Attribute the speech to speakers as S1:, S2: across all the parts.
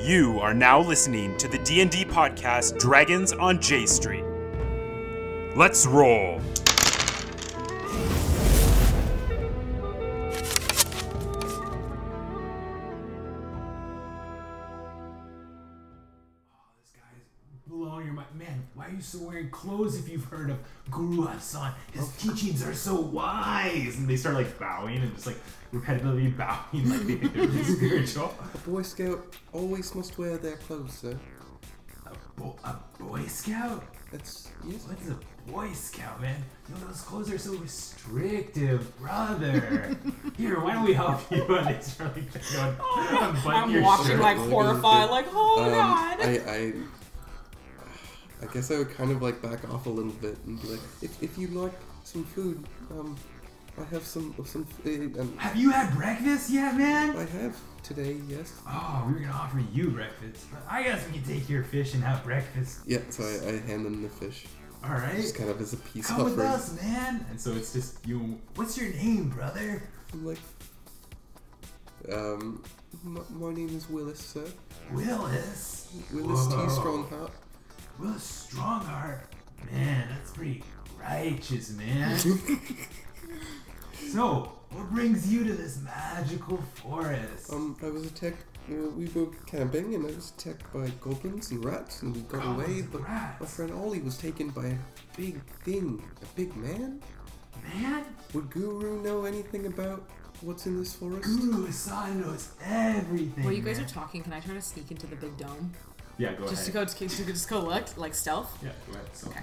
S1: You are now listening to the D&D podcast Dragons on J Street. Let's
S2: Oh,
S1: roll.
S2: This guy's blowing your mind. Man, why are you still wearing clothes if you've heard of Guru Hassan? His teachings are so wise. And they start like bowing and just like repetitively bowing like they think they're really spiritual.
S3: Boy Scout always must wear their clothes, sir.
S2: Bo- a Boy Scout?
S3: That's yes.
S2: What is a Boy Scout, man? You know, those clothes are so restrictive, brother. Here, why don't we help you? And they start like going, unbutton
S4: I'm
S2: your
S4: watching
S2: shirt.
S4: like
S3: Sure.
S4: horrified, like oh
S3: Um,
S4: god.
S3: I, I, I guess I would kind of like back off a little bit and be like, if, if you like some food, um, I have some some food. Um,
S2: Have you had breakfast yet, man?
S3: I have today, yes.
S2: Oh, we were gonna offer you breakfast, but I guess we can take your fish and have breakfast.
S3: Yeah, so I, I hand them the fish,
S2: All right,
S3: just kind of as a peace
S2: come with
S3: offering.
S2: us, man. And so it's just you. What's your name, brother?
S3: I'm like, um, my, my name is Willis, sir.
S2: Willis.
S3: Willis
S2: Whoa.
S3: T. Strongheart.
S2: Willis Strongheart. Man, that's pretty righteous, man. so, what brings you to this magical forest?
S3: Um, I was attacked. You know, we were camping, and I was attacked by goblins and rats, and we got away.
S2: and
S3: But
S2: rats.
S3: my friend Ollie was taken by a big thing, a big man.
S2: man,
S3: Would Guru know anything about what's in this forest?
S2: Guru Hassan knows everything.
S4: While you guys are
S2: man.
S4: talking, can I try to sneak into the big dome?
S2: yeah, go
S4: Just to go, just, to, just go look, like stealth.
S2: yeah, go ahead. So,
S4: Okay.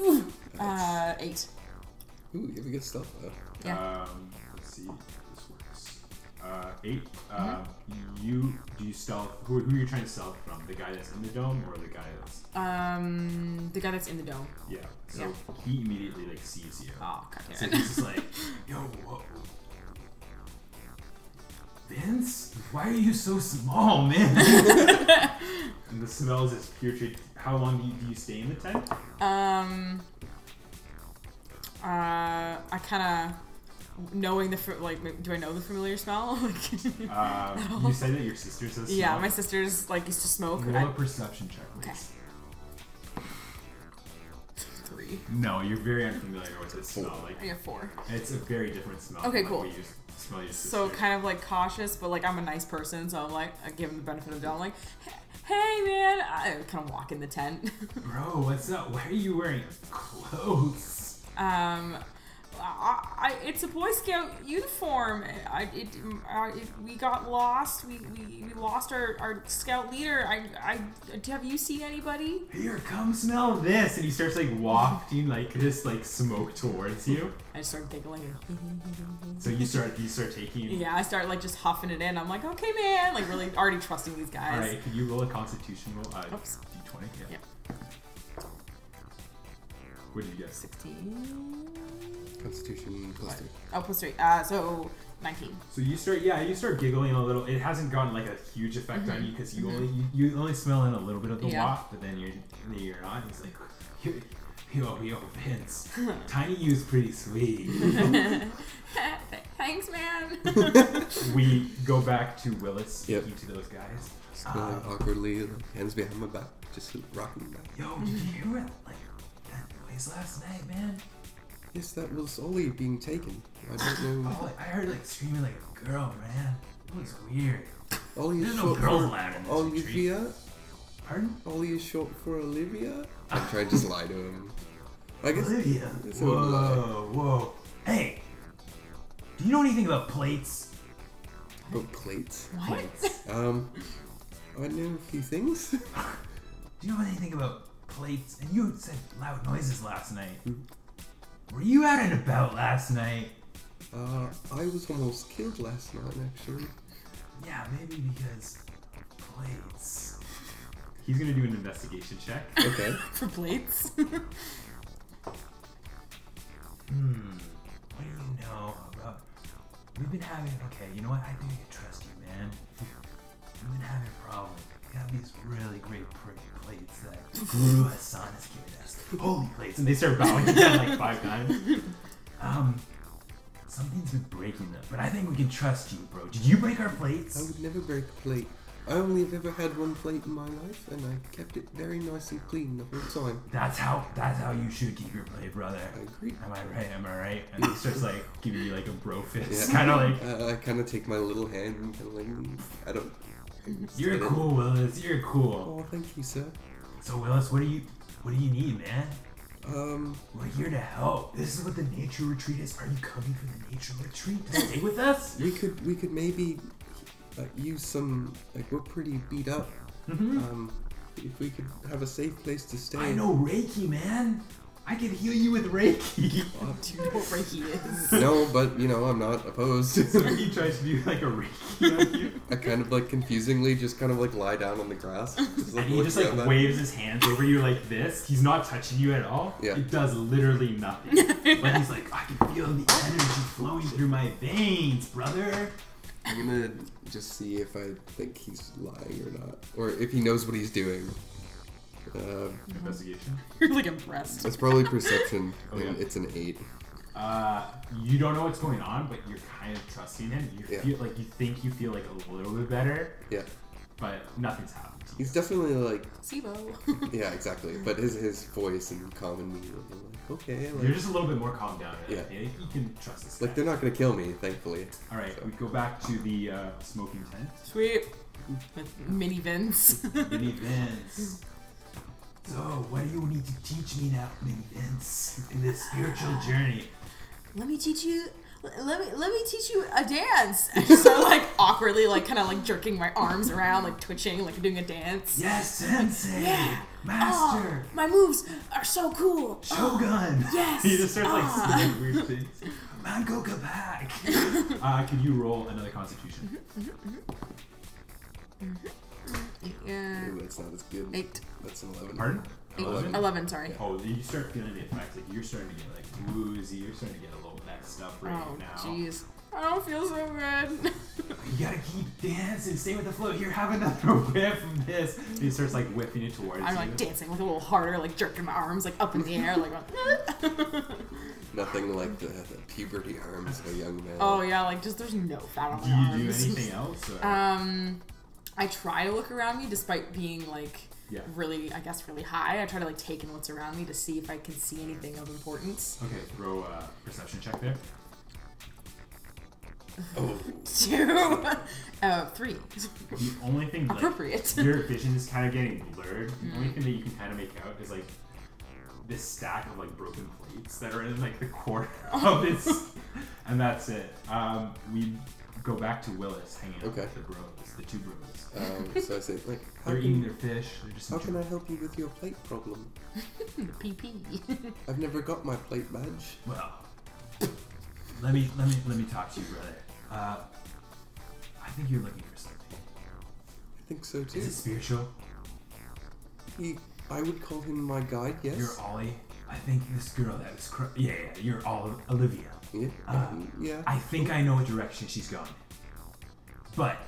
S4: Ooh, uh, eight.
S3: Ooh, you have a good stuff. uh, Though.
S4: Yeah.
S2: Um, let's see if this works. Uh, eight. Um,
S4: Mm-hmm.
S2: you do you stealth? Who, who are you trying to stealth from? The guy that's in the dome or the guy that's
S4: Um, the guy that's in the dome.
S2: yeah. So he immediately like sees you.
S4: Oh, god
S2: So
S4: damn
S2: he's
S4: it.
S2: just like, yo, whoa. Vince, why are you so small, man? and the smell is this putrid. How long do you, do you stay in the tent?
S4: Um, uh, I kind of knowing the fa- like, m- do I know the familiar smell? Like,
S2: Uh, you said that your sister says.
S4: yeah, my sister's like used to smoke.
S2: Roll
S4: I-
S2: a perception check, please.
S4: Okay. three.
S2: No, you're very unfamiliar with this smell. Like
S4: I got four.
S2: It's a very different smell. than,
S4: Okay,
S2: like,
S4: cool.
S2: what you s- smell your
S4: So
S2: sister.
S4: kind of like cautious, but like I'm a nice person, so I'm like I give him the benefit of the doubt. I'm like, hey man, I kind of walk in the tent.
S2: bro, what's up? Why are you wearing clothes?
S4: um, I, I, it's a Boy Scout uniform. I, it, I, it, we got lost. We, we, we lost our, our scout leader. I, I have you seen anybody?
S2: Here, come smell this, and he starts like wafting like this like smoke towards you.
S4: I just start giggling.
S2: So you start you start taking.
S4: yeah, I start like just huffing it in. I'm like, okay man, like really already trusting these
S2: All
S4: guys.
S2: right, can you roll a Constitution roll? Uh,
S4: Oops.
S2: D20. Yeah.
S4: Yeah.
S2: What did you get?
S4: Sixteen.
S3: Constitution plus two.
S4: Oh, plus three. Uh, so nineteen.
S2: So you start, yeah, you start giggling a little. It hasn't gotten like a huge effect on you because you only you, you only smell in a little bit of the
S4: Mm-hmm. Yeah.
S2: waft, but then you're then you're not. He's like, yo, yo, yo Vince, Tiny U's pretty sweet.
S4: Thanks, man.
S2: we go back to Willis speaking
S3: Yep.
S2: to those guys.
S3: Kind of
S2: Uh,
S3: awkwardly, like, hands behind my back, just rocking back.
S2: yo, did you hear it? Like that noise last night, man.
S3: Yes, that was Ollie being taken. I don't know.
S2: Oh, I heard like screaming like a girl, man. It was weird.
S3: Ollie is
S2: There's no
S3: short
S2: girls
S3: for
S2: allowed in this retreat.
S3: Olivia.
S2: Pardon?
S3: Ollie is short for Olivia. I tried to just lie to him. I guess
S2: Olivia.
S3: It's a
S2: Whoa, whoa. Hey, do you know anything about plates?
S3: But plates.
S4: What?
S3: Um, I know a few things.
S2: Do you know anything about plates? And you said loud noises last night. Were you out and about last night?
S3: Uh, I was almost killed last night, actually.
S2: Yeah, maybe because plates. He's gonna do an investigation check.
S3: Okay.
S4: For plates?
S2: Hmm. What do you know about? We've been having. Okay, you know what? I think I can trust you, man. We've been having a problem. We got these really great pr- plates that Guru Hassan has given us. Holy plates! And they start bowing down like five times. Um, something's been breaking them, but I think we can trust you, bro. Did you break our
S3: I
S2: plates?
S3: would never break a plate. I only have ever had one plate in my life, and I kept it very nice and clean the whole time.
S2: That's how that's how you should keep your plate, brother.
S3: I agree.
S2: Am I right? Am I right? And he starts like giving you like a bro fist,
S3: Yeah.
S2: kind of like
S3: Uh, I kind of take my little hand and kind of like, mm, I don't.
S2: you're cool, Willis. You're cool.
S3: Oh, thank you, sir.
S2: So Willis, what do you what do you need, man?
S3: Um,
S2: We're here to help. This is what the nature retreat is. Are you coming for the nature retreat to stay with us?
S3: we could we could maybe uh, use some. Like we're pretty beat up.
S2: Uh,
S3: Um, if we could have a safe place to stay.
S2: Hmm. Mm-hmm. I know Reiki, man. I can heal you with Reiki.
S4: Do you know what Reiki is?
S3: No, but you know I'm not opposed.
S2: he tries to do like a Reiki on you.
S3: I kind of like confusingly just kind of like lie down on the grass. Just,
S2: And he
S3: look
S2: just
S3: down
S2: like
S3: that-
S2: waves his hands over you like this. He's not touching you at all.
S3: Yeah.
S2: It does literally nothing. but he's like, I can feel the energy flowing through my veins, brother.
S3: I'm gonna just see if I think he's lying or not, or if he knows what he's doing. Uh,
S2: Investigation.
S4: You're like impressed.
S3: that's probably perception,
S2: Oh,
S3: and
S2: yeah.
S3: it's an eight.
S2: Uh, you don't know what's going on, but you're kind of trusting him. You
S3: Yeah.
S2: feel like you think you feel like a little bit better,
S3: Yeah,
S2: but nothing's happened. to you.
S3: he's definitely like,
S4: SIBO.
S3: yeah, exactly. But his his voice and common, like, okay,
S2: You're
S3: like,
S2: just a little bit more calmed down.
S3: Yeah.
S2: Yeah. You can trust this guy.
S3: like they're not gonna kill me, thankfully.
S2: All right, we go back to the uh, smoking tent.
S4: Sweet. With mini Vince.
S2: Mini Vince. So, what do you need to teach me now, Mini Vince, in this spiritual journey?
S4: let me teach you. Let me let me teach you a dance. And just sort of like awkwardly, like kind of like jerking my arms around, like twitching, like doing a dance.
S2: Yes, Sensei!
S4: Yeah.
S2: Master!
S4: my moves are so cool.
S2: Shogun!
S4: Yes.
S2: He just starts like
S4: Ah.
S2: saying weird things. Mangoka back! uh, could you roll another constitution?
S4: Yeah. Uh,
S3: Ooh, that's not as good.
S4: Eight.
S3: That's an eleven.
S2: Pardon?
S4: Eight.
S2: Eleven?
S4: Eleven. Sorry.
S2: Oh, you start feeling the effects. Like, you're starting to get like woozy. You're starting to get a little of that stuff right
S4: Oh,
S2: now.
S4: jeez. I don't feel so good.
S2: You gotta keep dancing, stay with the flow. Here, have another whiff of this. And he starts like whipping it towards
S4: I'm
S2: you.
S4: like dancing like a little harder, like jerking my arms like up in the air, like.
S3: Nothing like the, the puberty arms of a young man.
S4: oh yeah, like just there's no fat on
S2: do
S4: my
S2: you do
S4: arms.
S2: anything else? Or?
S4: Um, I try to look around me despite being like
S2: Yeah.
S4: really, I guess, really high. I try to like take in what's around me to see if I can see anything of importance.
S2: okay, throw a perception check there.
S3: Oh,
S4: Two, uh, three,
S2: The only thing like,
S4: appropriate.
S2: your vision is kind of getting blurred. The only thing that you can kind of make out is like this stack of like broken plates that are in like the corner of this, and that's it. Um, we go back to Willis hanging out
S3: Okay.
S2: with the bros, the two bros.
S3: um, so I say like, how
S2: They're eating
S3: can,
S2: their fish. They're just
S3: how can I
S2: enjoying-
S3: help you with your plate problem?
S4: PP.
S3: I've never got my plate badge.
S2: Well, let me let me let me talk to you, brother. Uh, I think you're looking for something.
S3: I think so too.
S2: Is it spiritual?
S3: He, I would call him my guide. Yes.
S2: You're Ollie. I think this girl that was cr- yeah, yeah, you're all Olivia.
S3: yeah. Um,
S2: Uh,
S3: yeah.
S2: I think I know what direction she's going. But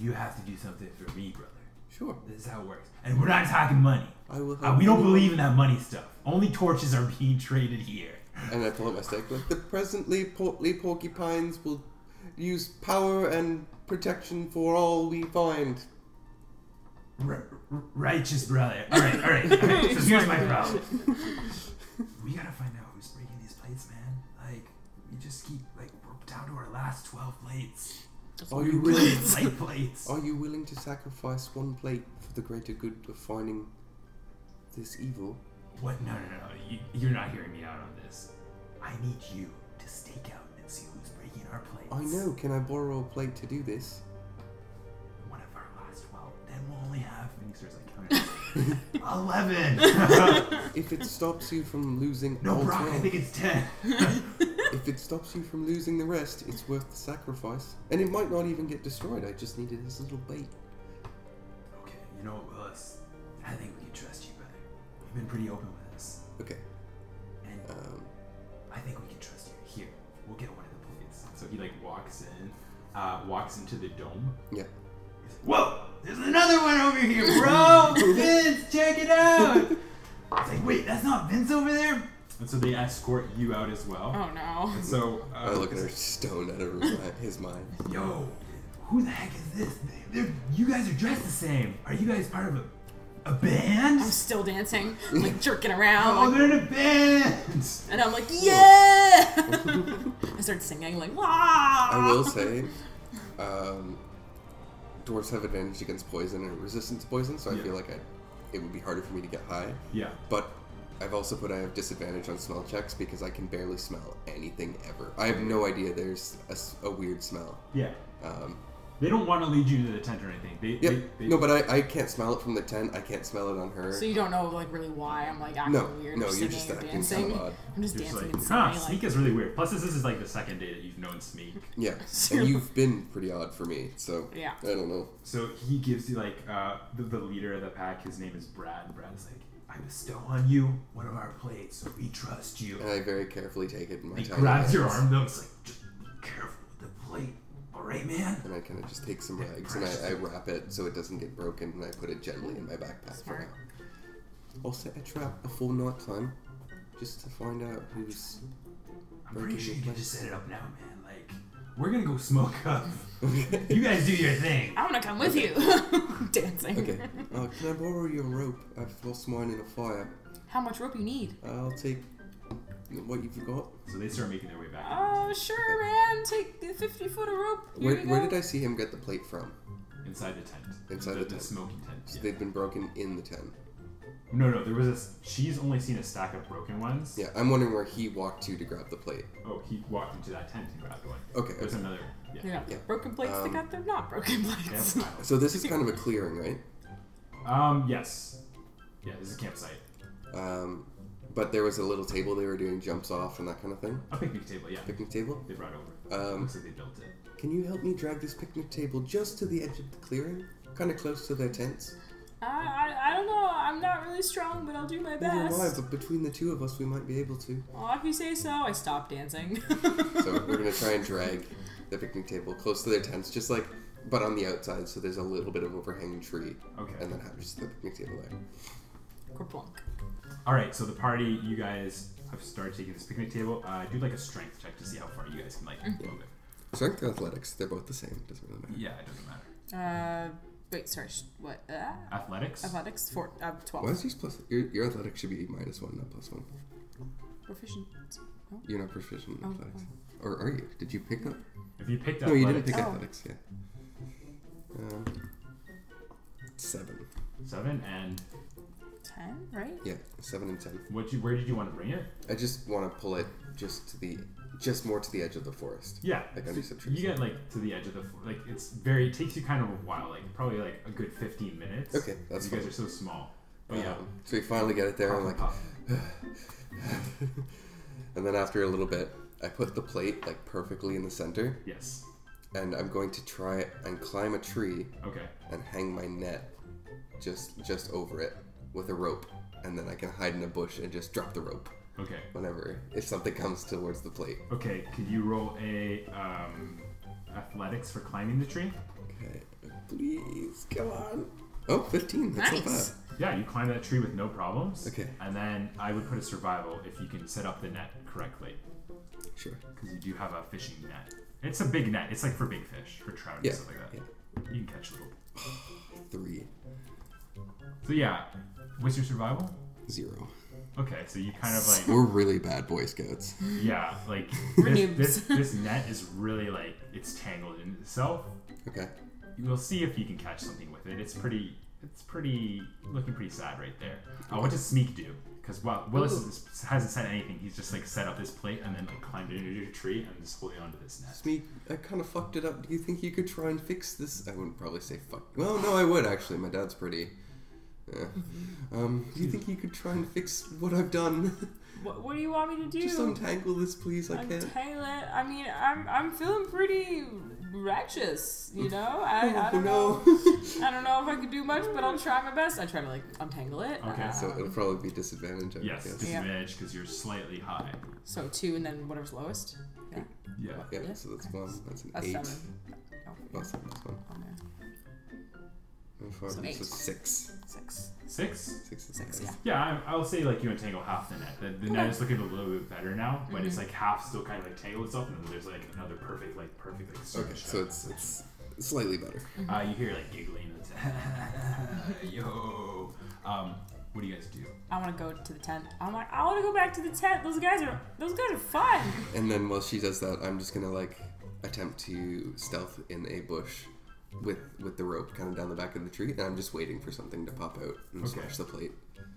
S2: you have to do something for me, brother.
S3: sure.
S2: This is how it works. And we're not talking money.
S3: I will.
S2: Uh,
S3: Help
S2: we don't
S3: you.
S2: believe in that money stuff. Only torches are being traded here.
S3: And I pull out my stick. Like the presently portly porcupines will use power and protection for all we find.
S2: R- r- righteous brother. All right, all right. All right. So here's my problem. We gotta find out who's breaking these plates, man. Like, we just keep like we're down to our last twelve plates.
S3: Are Oh, you
S2: Really
S3: willing?
S2: light plates.
S3: Are you willing to sacrifice one plate for the greater good of finding this evil?
S2: What? No, no, no. You, you're not hearing me out on this. I need you to stake out and see who's breaking our plates.
S3: I know. Can I borrow a plate to do this?
S2: One of our last twelve. Then we'll only have. And he starts like counting. Eleven.
S3: If it stops you from losing
S2: no,
S3: all
S2: Brock. I
S3: 12,
S2: think it's ten.
S3: if it stops you from losing the rest, it's worth the sacrifice. And it might not even get destroyed. I just needed this little bait.
S2: Okay, you know what, Willis? I think we can trust you, brother. You've been pretty open with us,
S3: Okay.
S2: and
S3: Um,
S2: I think we can trust you. Here, we'll get one of the plates. So he like walks in, uh, walks into the dome.
S3: yeah.
S2: Whoa! There's another one over here, bro. Vince, check it out. It's like, wait, that's not Vince over there. And so they escort you out as well.
S4: Oh no.
S2: And so uh,
S3: I look at her stone out of her mi- his mind.
S2: Yo, who the heck is this? They're, you guys are dressed the same. Are you guys part of a, a band?
S4: I'm still dancing, like jerking around,
S2: Oh,
S4: like-
S2: they're in a band.
S4: and I'm like, yeah! I start singing like, wow!
S3: I will say, um, dwarves have advantage against poison and resistance to poison, so I
S2: Yeah.
S3: feel like I, it would be harder for me to get high.
S2: Yeah.
S3: But I've also put I have disadvantage on smell checks because I can barely smell anything ever. I have no idea there's a, s- a weird smell.
S2: Yeah.
S3: Um,
S2: They don't want to lead you to the tent or anything. They,
S3: yep.
S2: they, they,
S3: no, but I, I can't smell it from the tent. I can't smell it on her.
S4: So you don't know like really why I'm like acting
S3: No,
S4: weird.
S3: no,
S4: or
S3: you're
S4: singing
S3: just
S4: or
S3: acting
S4: dancing.
S3: kinda odd.
S4: I'm just
S2: You're just
S4: dancing
S2: like,
S4: and
S2: huh,
S4: singing.
S2: Sneak
S4: like,
S2: is really weird. Plus, this is like the second day that you've known Sneak.
S3: yeah.
S4: So-
S3: And you've been pretty odd for me, so
S4: Yeah.
S3: I don't know.
S2: So he gives you like uh, the, the leader of the pack. His name is Brad. Brad's like, I bestow on you one of our plates, so we trust you.
S3: And I very carefully take it in my
S2: He
S3: tiny
S2: grabs your
S3: hands,
S2: arm though. It's like, just be careful with the plate, all right, man.
S3: And I kind of just take some rags and I, I wrap it so it doesn't get broken, and I put it gently in my backpack for
S4: Smart.
S3: now. I'll set a trap before night time, just to find out who's.
S2: I'm pretty sure you can just set it up now, man. Like, we're gonna go smoke up.
S3: okay.
S2: You guys do your thing.
S4: I'm gonna come with you, dancing.
S3: Uh, can I borrow your rope? I've lost mine in a fire.
S4: How much rope you need?
S3: I'll take what you've got.
S2: So they start making their way back.
S4: Oh sure, man. Take the 50 foot of rope. Here
S3: Where,
S4: you
S3: where
S4: go.
S3: did I see him get the plate from?
S2: Inside the tent.
S3: Inside
S2: the,
S3: the tent.
S2: smoking tent.
S3: So
S2: yeah.
S3: they've been broken in the tent.
S2: No, no, there was a. s- She's only seen a stack of broken ones.
S3: Yeah, I'm wondering where he walked to to grab the plate.
S2: Oh, he walked into that tent and grabbed one.
S3: Okay,
S2: There's
S3: okay.
S2: another. Yeah.
S4: They got
S3: Yeah.
S4: broken plates. they
S3: Um,
S4: got their not broken
S2: They have
S4: plates.
S2: piles.
S3: So this is kind of a clearing, right?
S2: Um. Yes. Yeah. This is a campsite.
S3: Um, but there was a little table they were doing jumps off and that kind of thing.
S2: A picnic table. Yeah.
S3: Picnic table.
S2: They brought over.
S3: Um,
S2: Looks like they built it.
S3: Can you help me drag this picnic table just to the edge of the clearing? Kind of close to their tents.
S4: I, I I don't know. I'm not really strong, but I'll do my
S3: Neither am I,
S4: best.
S3: but between the two of us, we might be able to.
S4: Well, if you say so, I stop dancing.
S3: So we're gonna try and drag the picnic table close to their tents, just like, but on the outside, so there's a little bit of overhanging tree,
S2: Okay.
S3: and then have just the picnic table there.
S4: Kerplunk.
S2: All right. So the party, you guys have started taking this picnic table. Uh, do like a strength check to see how far you guys can like move it.
S3: Strength and athletics, they're both the same. Doesn't really matter.
S2: Yeah. It doesn't matter.
S4: Uh, wait, sorry. sh- What? Uh,
S2: Athletics.
S4: athletics. Four. Uh, Twelve.
S3: Why is yours plus? Your, your athletics should be minus one, not plus one.
S4: Proficient.
S3: You're not proficient in
S4: Oh,
S3: athletics, or are you? Did you pick up?
S2: If you picked
S3: No,
S2: athletics,
S3: you didn't pick
S4: Oh.
S3: athletics. Yeah. Um, seven.
S2: seven and
S4: oh, Ten, right?
S3: Yeah, seven and ten.
S2: what? You, where did you want to bring it?
S3: I just want to pull it just to the, just more to the edge of the forest.
S2: Yeah,
S3: Like
S2: so
S3: under some trees.
S2: you get like to the edge of the fo- like it's very it takes you kind of a while, like probably like a good fifteen minutes.
S3: Okay, that's
S2: you guys
S3: fine.
S2: are so small. But yeah,
S3: Um, so we finally get it there. I'm like,
S2: Hufflepuff.
S3: and then after a little bit, I put the plate like perfectly in the center,
S2: yes,
S3: and I'm going to try and climb a tree
S2: okay,
S3: and hang my net just just over it with a rope, and then I can hide in a bush and just drop the rope
S2: okay,
S3: whenever if something comes towards the plate.
S2: okay. Could you roll a um, athletics for climbing the tree?
S3: Okay, please come on. Oh, 15. That's
S4: Nice.
S3: not
S2: Yeah, you climb that tree with no problems.
S3: Okay.
S2: and then I would put a survival if you can set up the net correctly,
S3: bad. Sure.
S2: because you do have a fishing net. It's a big net. It's like for big fish, for trout and
S3: Yeah,
S2: stuff like that. You can catch little.
S3: Three
S2: So yeah, what's your survival?
S3: zero.
S2: Okay, so you kind of like
S3: We're really bad Boy Scouts.
S2: Yeah, like
S4: We're
S2: this,
S4: noobs.
S2: this, this net is really like it's tangled in itself.
S3: Okay.
S2: We'll see if you can catch something with it. It's pretty. It's pretty looking pretty sad right there. Uh, what does Sneak do? Because while Willis is, hasn't said anything, he's just like set up this plate and then like climbed into a tree and is holding onto this net.
S3: Me, I kind of fucked it up. Do you think you could try and fix this? I wouldn't probably say fuck. Well, no, I would actually. My dad's pretty. Yeah. Um, do you think you could try and fix what I've done?
S4: What, what do you want me to do?
S3: Just untangle this, please. I can't.
S4: Untangle it. I mean, I'm I'm feeling pretty righteous, you know. I, I
S3: Oh,
S4: don't know. I don't know if I could do much, but I'll try my best. I try to like untangle it. Uh,
S2: Okay,
S3: so it'll probably be disadvantage. I would
S2: Yes,
S3: Guess.
S4: Yeah.
S2: disadvantage because you're slightly high.
S4: So two and then whatever's lowest. Yeah.
S2: Yeah.
S3: Yeah.
S4: Yeah.
S3: So that's one. That's an
S4: That's
S3: eight.
S4: seven. Oh, yeah.
S3: Plus seven. That's one.
S4: Oh, yeah.
S3: And four.
S4: So
S3: So
S4: eight.
S3: six.
S4: Six.
S2: Six.
S3: Six. Is
S4: Six.
S3: nice.
S4: Yeah.
S2: Yeah, I, I'll say like you untangle half the net. The, the net is looking a little bit better now, but it's like half still kind of like tangled itself, and then there's like another perfect, like perfect, like
S3: Okay.
S2: stretch
S3: So
S2: out.
S3: it's it's Slightly better.
S2: Uh, you hear like giggling. and it's, Yo. Um, what do you guys do?
S4: I want to go to the tent. I'm like, I want to go back to the tent. Those guys are, those guys are fun.
S3: And then while she does that, I'm just gonna like attempt to stealth in a bush with with the rope kind of down the back of the tree, and I'm just waiting for something to pop out and
S2: Okay.
S3: smash the plate.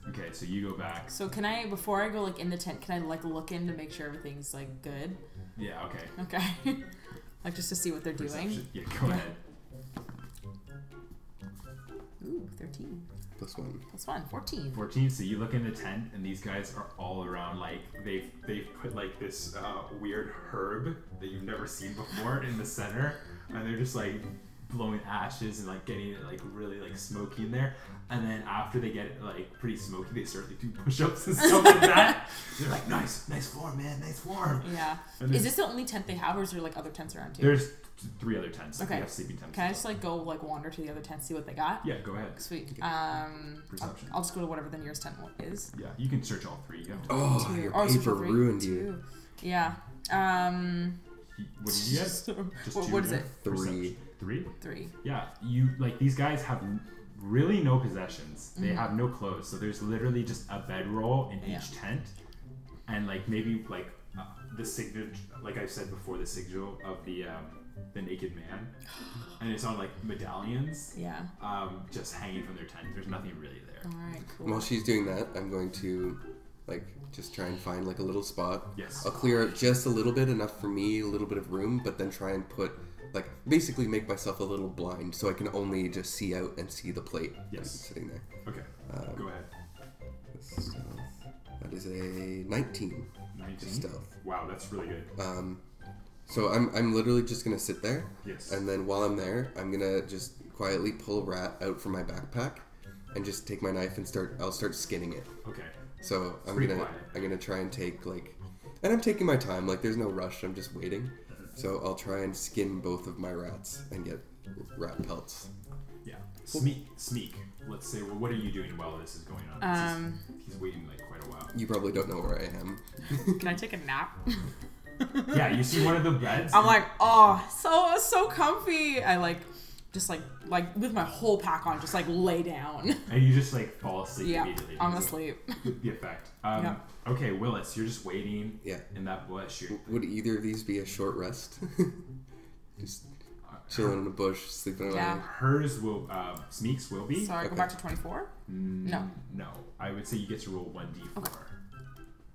S2: Okay, so you go back.
S4: So can I, before I go like in the tent, can I like look in to make sure everything's like good?
S2: Yeah. Okay.
S4: Okay. like just to see what they're doing.
S2: Perception. Yeah. Go ahead.
S4: Ooh, 13.
S3: Plus one.
S4: That's fun. 14.
S2: 14 so you look in the tent and these guys are all around like they've they've put like this uh, weird herb that you've never seen before in the center and they're just like blowing ashes and like getting it like really like smoky in there and then after they get it like pretty smoky they start like doing push-ups and stuff like that they're like nice nice form man nice form
S4: Yeah.
S2: And
S4: Is
S2: then-
S4: this the only tent they have, or is there like other tents around too?
S2: there's th- three other tents okay
S4: Okay.
S2: we have sleeping tents
S4: Can I just like go like wander to the other tent, see what they got?
S2: yeah go ahead
S4: Sweet. Um, I'll,
S2: Perception.
S4: I'll just go to whatever the nearest tent is.
S2: yeah you can search all three you have to,
S3: Oh,
S4: Two.
S3: your
S4: Oh, so
S3: paper
S4: three,
S3: ruined you.
S4: two. Yeah. Um,
S2: what did you get Just
S4: what,
S2: two
S4: what is
S2: there?
S4: it?
S3: Three.
S2: Perception. three
S4: Three.
S2: Yeah, you like these guys have really no possessions. They have no clothes, so there's literally just a bedroll in
S4: Mm. Yeah.
S2: each tent, and like maybe like uh, the signature, like I said before, the sigil of the um, the naked man, and it's on like medallions,
S4: Yeah.
S2: um, just hanging from their tent. There's nothing really there.
S4: All right.
S3: And
S4: Cool.
S3: while she's doing that, I'm going to like just try and find like a little spot.
S2: Yes.
S3: I'll clear out just a little bit, enough for me, a little bit of room, but then try and put like basically make myself a little blind so I can only just see out and see the plate
S2: Yes.
S3: sitting there.
S2: Okay,
S4: Uh,
S2: go ahead.
S3: Stealth. That is a 19
S2: Nineteen.
S4: uh,
S3: stealth.
S2: Wow, that's really good.
S3: Um, so I'm, I'm literally just gonna sit there.
S2: Yes.
S3: And then while I'm there, I'm gonna just quietly pull Rat out from my backpack, and just take my knife and start. I'll start skinning it.
S2: Okay.
S3: So I'm
S2: pretty
S3: gonna
S2: quiet.
S3: I'm gonna try and take like, and I'm taking my time. Like there's no rush. I'm just waiting. So I'll try and skin both of my rats and get rat pelts.
S2: Yeah. Smeek. Smeek. Let's say. Well, what are you doing while this is going on? This is-
S4: Um,
S2: he's waiting like quite a while.
S3: You probably don't know where I am.
S4: can I take a nap?
S2: yeah, you see one of the beds.
S4: I'm like, oh, so so comfy. I like, just like like with my whole pack on, just like lay down.
S2: And you just like fall asleep
S4: yeah.
S2: immediately.
S4: I'm asleep.
S2: The effect. Um,
S4: Yeah.
S2: Okay, Willis, you're just waiting
S3: Yeah.
S2: in that bush. You're,
S3: Would either of these be a short rest? just chilling in a bush, sleeping on a
S4: Yeah.
S2: hers will, uh, Smeek's will be.
S4: So I go
S3: Okay.
S4: back to 24,
S2: Mm,
S4: No.
S2: No. I would say you get to roll 1d4.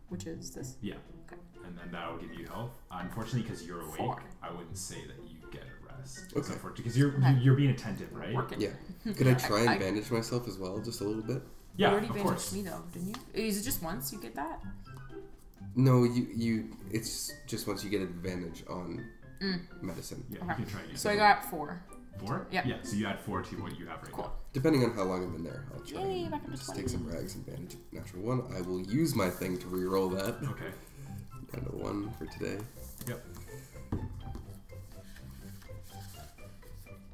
S4: which is this.
S2: Yeah.
S4: Okay.
S2: And then that'll give you health. Unfortunately, because you're awake,
S4: Four.
S2: I wouldn't say that you get a rest.
S3: Okay.
S2: Because you're,
S4: Okay.
S2: you're being attentive, right?
S4: Working.
S3: Yeah. Could I try and
S4: I-
S3: bandage myself as well, just a little bit?
S4: you
S2: Yeah,
S4: already
S2: of
S4: bandaged
S2: course.
S4: me though, didn't you? Is it just once you get that?
S3: No, you you. It's just once you get advantage on
S4: Mm.
S3: medicine,
S2: Yeah, you
S4: Okay.
S2: can try again.
S4: So I got four.
S2: four?
S4: yeah.
S2: Yeah, so you add four to what you have right
S4: Cool.
S3: depending on how long I've been there. I'll try.
S4: Yay,
S3: and
S4: back up to
S3: just take
S4: 20.
S3: some rags and bandage a natural one. I will use my thing to re-roll that.
S2: now. Okay.
S3: Got a one for today.
S2: Yep.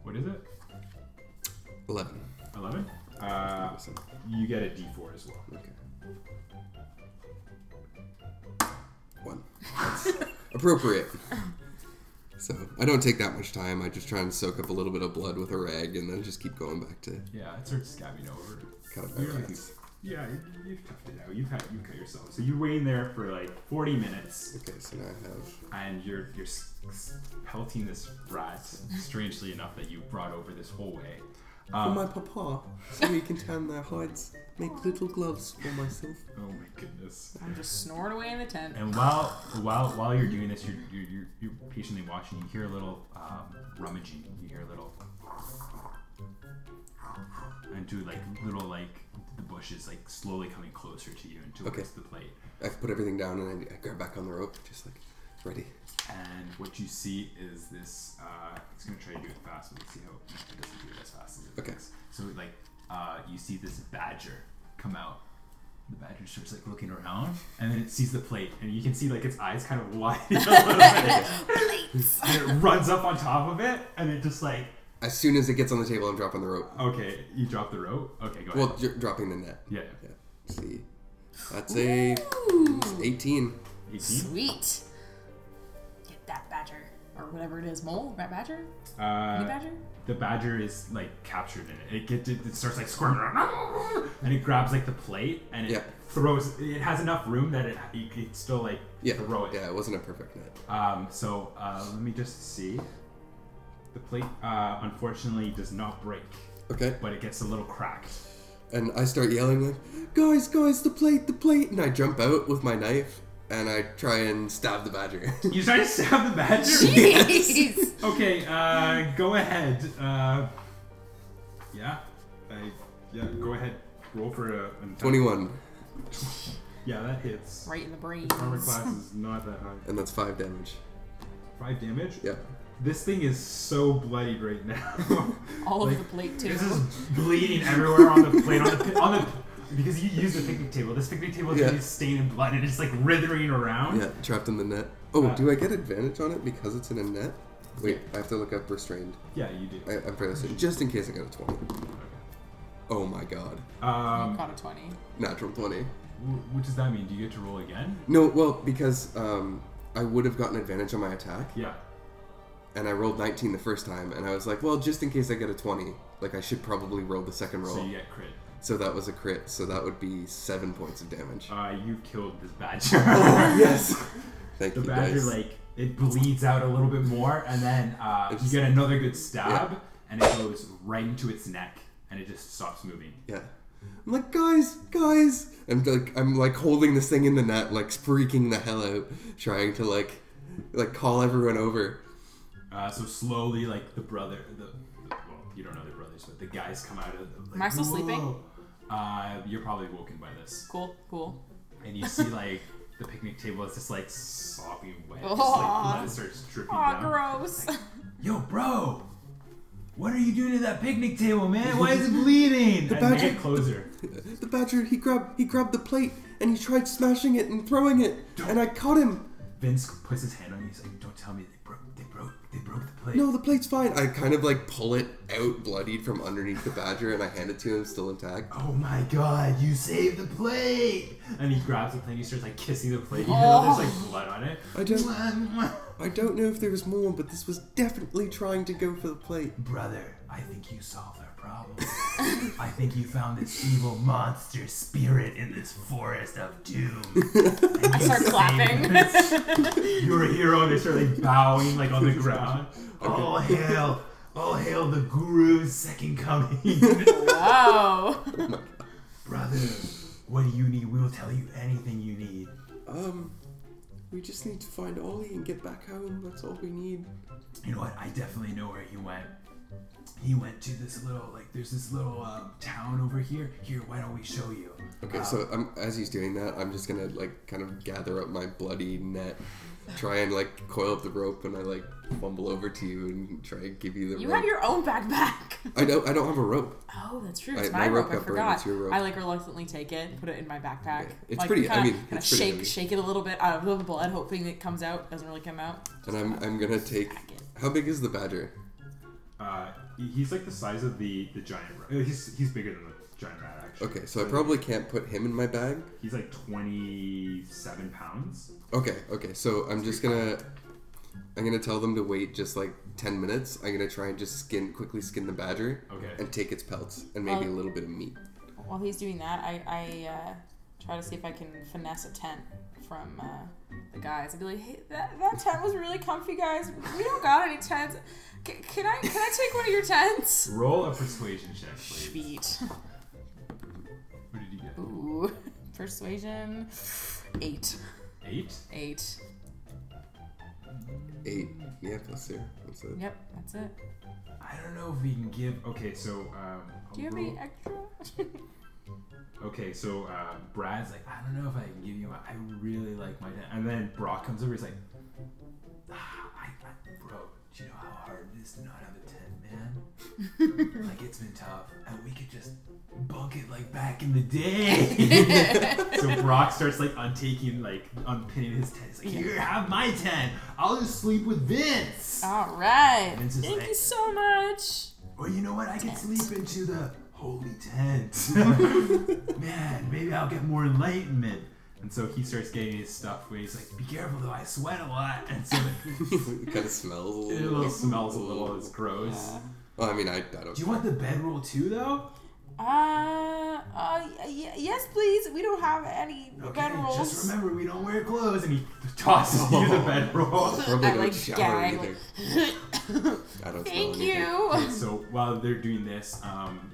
S2: What is it?
S3: Eleven.
S2: 11? Uh,
S3: Medicine.
S2: you get a d4 as well.
S3: Okay. One. That's appropriate. So I don't take that much time. I just try and soak up a little bit of blood with a rag, and then just keep going back to
S2: Yeah, it starts scabbing over.
S3: cut up my
S2: You're like,
S3: rats.
S2: yeah, you- you've toughed it out. You've had you cut yourself. So you're waiting there for like 40 minutes,
S3: Okay, so now I have
S2: and you're you're s- s- pelting this rat. Strangely enough, that you brought over this whole way.
S3: For
S2: Um,
S3: my papa, so he can tan their hides, make little gloves for myself.
S2: oh my goodness.
S4: I'm just snoring away in the tent.
S2: And while while while you're doing this, you're you're, you're, you're patiently watching. You hear a little um, rummaging. You hear a little into like little like the bushes like slowly coming closer to you and towards
S3: Okay.
S2: the plate.
S3: I put everything down and I, I grab back on the rope, just like ready.
S2: And what you see is this. Uh, it's gonna try to do it fast. But let's see how it doesn't do it as fast as it
S3: Okay.
S2: does. So like, uh, you see this badger come out. The badger starts like looking around, and then it sees the plate, and you can see like its eyes kind of wide, a little bit. and it runs up on top of it, and it just like,
S3: As soon as it gets on the table, I'm dropping the rope.
S2: okay, you drop the rope. Okay, go
S3: Well,
S2: ahead.
S3: j- dropping the net.
S2: Yeah,
S3: Yeah. See, that's a
S4: Ooh,
S3: 18.
S2: eighteen.
S4: sweet. Get that badger. or whatever it is, mole, rat badger,
S2: Uh,
S4: Honey badger.
S2: the badger is like captured in it. It gets it, it starts like squirming around, and it grabs like the plate and it
S3: Yeah.
S2: throws. It has enough room that it you could still like
S3: Yeah,
S2: throw it.
S3: yeah, it wasn't a perfect net.
S2: Um, so uh, let me just see. The plate uh, unfortunately does not break,
S3: Okay,
S2: but it gets a little cracked.
S3: and I start yelling like, "Guys, guys, the plate, the plate!" And I jump out with my knife and I try and stab the badger.
S2: You try to stab the badger.
S4: Jeez.
S2: Okay, uh, go ahead. Uh, yeah, I, yeah, go ahead. Roll for a an attack.
S3: Twenty-one,
S2: Yeah, that hits.
S4: right in the brain.
S2: Armor class is not that high.
S3: and that's five damage.
S2: Five damage.
S3: Yeah,
S2: This thing is so bloodied right now.
S4: All
S2: Like,
S4: of the plate too.
S2: this is bleeding everywhere on the plate, on the pi- on the because you use the picnic table. This picnic table is
S3: Yeah.
S2: just stained in blood and it's like writhing around.
S3: yeah, trapped in the net. Oh,
S2: Uh,
S3: do I get advantage on it because it's in a net? Wait, I have to look up restrained.
S2: Yeah, you do.
S3: I, I'm fairly certain, just in case I got a twenty. Oh my god,
S2: Um,
S4: Got a twenty.
S3: natural twenty.
S2: wh- what does that mean? Do you get to roll again?
S3: No, well, because um, I would have gotten advantage on my attack,
S2: Yeah.
S3: and I rolled 19 the first time, and I was like, well, just in case I get a 20, like I should probably roll the second roll.
S2: So
S3: So,
S2: you get crit.
S3: that was a crit, so that would be seven points of damage.
S2: Uh, you killed this badger.
S3: yes. Thank
S2: Uh, the
S3: you,
S2: badger
S3: dice.
S2: like it bleeds out a little bit more, and then uh, you
S3: It's-
S2: get another good stab, and it goes right into its neck, and it just stops moving.
S3: Yeah. I'm like, guys, guys. I'm like, I'm like holding this thing in the net, like freaking the hell out, trying to like, like call everyone over.
S2: Uh, so slowly, like the brother, the, the well, you don't know the brothers, but the guys come out of. The, like,
S4: Am I still
S2: "Whoa."
S4: sleeping?
S2: Uh, you're probably woken by this,
S4: Cool, cool.
S2: and you see like the picnic table is just like sopping wet, just
S4: Aw.
S2: like blood starts dripping
S4: Aw,
S2: down.
S4: gross.
S2: Yo, bro, what are you doing to that picnic table, man? Why is it bleeding? and they
S3: badger-
S2: get closer.
S3: The badger, he grabbed, he grabbed the plate, and he tried smashing it and throwing it, and I caught him.
S2: Vince puts his hand on you. He's like, "Don't tell me they broke. They broke. They broke the plate."
S3: No, the plate's fine. I kind of like pull it out, bloodied from underneath the badger, and I hand it to him, still intact.
S2: Oh my god, you saved the plate! And he grabs the plate. He starts like kissing the plate, even though there's like blood on it.
S3: I don't,
S2: Brother,
S3: I don't know if there was more, but this was definitely trying to go for the plate.
S2: I think you solved our problem. I think you found this evil monster spirit in this forest of doom.
S4: I start clapping.
S2: You're a hero. They start like bowing like on the ground. All hail, all hail the guru's second coming.
S4: Whoa.
S2: Brother, what do you need? We will tell you anything you need.
S3: Um, we just need to find Ollie and get back home. That's all we need.
S2: You know what? I definitely know where he went. He went to this little, like, there's this little um, town over here. Here, why don't we show you?
S3: Okay, so I'm, as he's doing that, I'm just gonna like kind of gather up my bloody net, try and like coil up the rope, and I like fumble over to you and try and give you the
S4: You
S3: rope.
S4: have your own backpack.
S3: I don't, I don't have a rope.
S4: Oh, that's true.
S3: I-
S4: It's
S3: my
S4: my,
S3: rope
S4: rope.
S3: got
S4: I
S3: burned.
S4: forgot.
S3: It's your rope.
S4: I like reluctantly take it, put it in my backpack.
S3: Yeah. It's
S4: like,
S3: pretty- I
S4: Kinda,
S3: mean,
S4: kinda
S3: it's pretty
S4: shake,
S3: heavy.
S4: shake it a little bit out of the blood, hoping it comes out. Doesn't really come out.
S3: And I'm, I'm gonna take.
S4: it.
S3: How big is the badger?
S5: Uh, he- he's like the size of the the giant rat. uh, He's he's bigger than the giant rat actually.
S3: Okay, so I probably can't put him in my bag.
S5: He's like twenty seven pounds.
S3: Okay, okay. So I'm just gonna I'm gonna tell them to wait just like ten minutes. I'm gonna try and just skin quickly skin the badger
S5: Okay.
S3: and take its pelts and maybe
S4: Oh.
S3: a little bit of meat.
S4: While he's doing that, I, I uh, try to see if I can finesse a tent from uh, the guys. I'd be like, hey, that, that tent was really comfy, guys. We don't got any tents. C- can I can I take one of your tents?
S2: Roll a persuasion check, please.
S4: Sweet.
S2: What did you get?
S4: Ooh, persuasion. Eight.
S2: Eight?
S4: Eight.
S3: Eight. Yeah, plus zero. That's it.
S4: Yep, that's it.
S2: I don't know if we can give. Okay, so.
S5: uh,
S2: Um,
S4: Do you
S2: I'll
S4: have
S2: roll-
S4: any extra?
S2: Okay, so uh, Brad's like, I don't know if I can give you. My, I really like my dad. And then Brock comes over. He's like, ah, I, I, bro, do you know how hard it is to not have a tent, man? like it's been tough, and we could just bunk it like back in the day. so Brock starts like untaking, like unpinning his tent. He's like, here, have my tent. I'll just sleep with Vince.
S4: All right.
S2: And it's just
S4: Thank
S2: like-
S4: you so much.
S2: Or you know what? I could sleep into the holy tent. Man, maybe I'll get more enlightenment. And so he starts getting his stuff where he's like, be careful though, I sweat a lot. And so like,
S3: it kind of smells a
S2: it a
S3: little.
S2: little smells a little, it's gross.
S3: Well, I mean, I, I don't.
S2: Do you want the bedroll too though?
S4: Uh, uh, y- yes, please. We don't have any bedrolls.
S2: just remember we don't wear clothes. And he tosses you the bedroll.
S3: Probably
S4: I,
S3: don't
S4: like,
S3: shower
S4: gag.
S3: either. I don't
S4: Thank
S3: smell anything.
S4: you.
S2: so while they're doing this, um,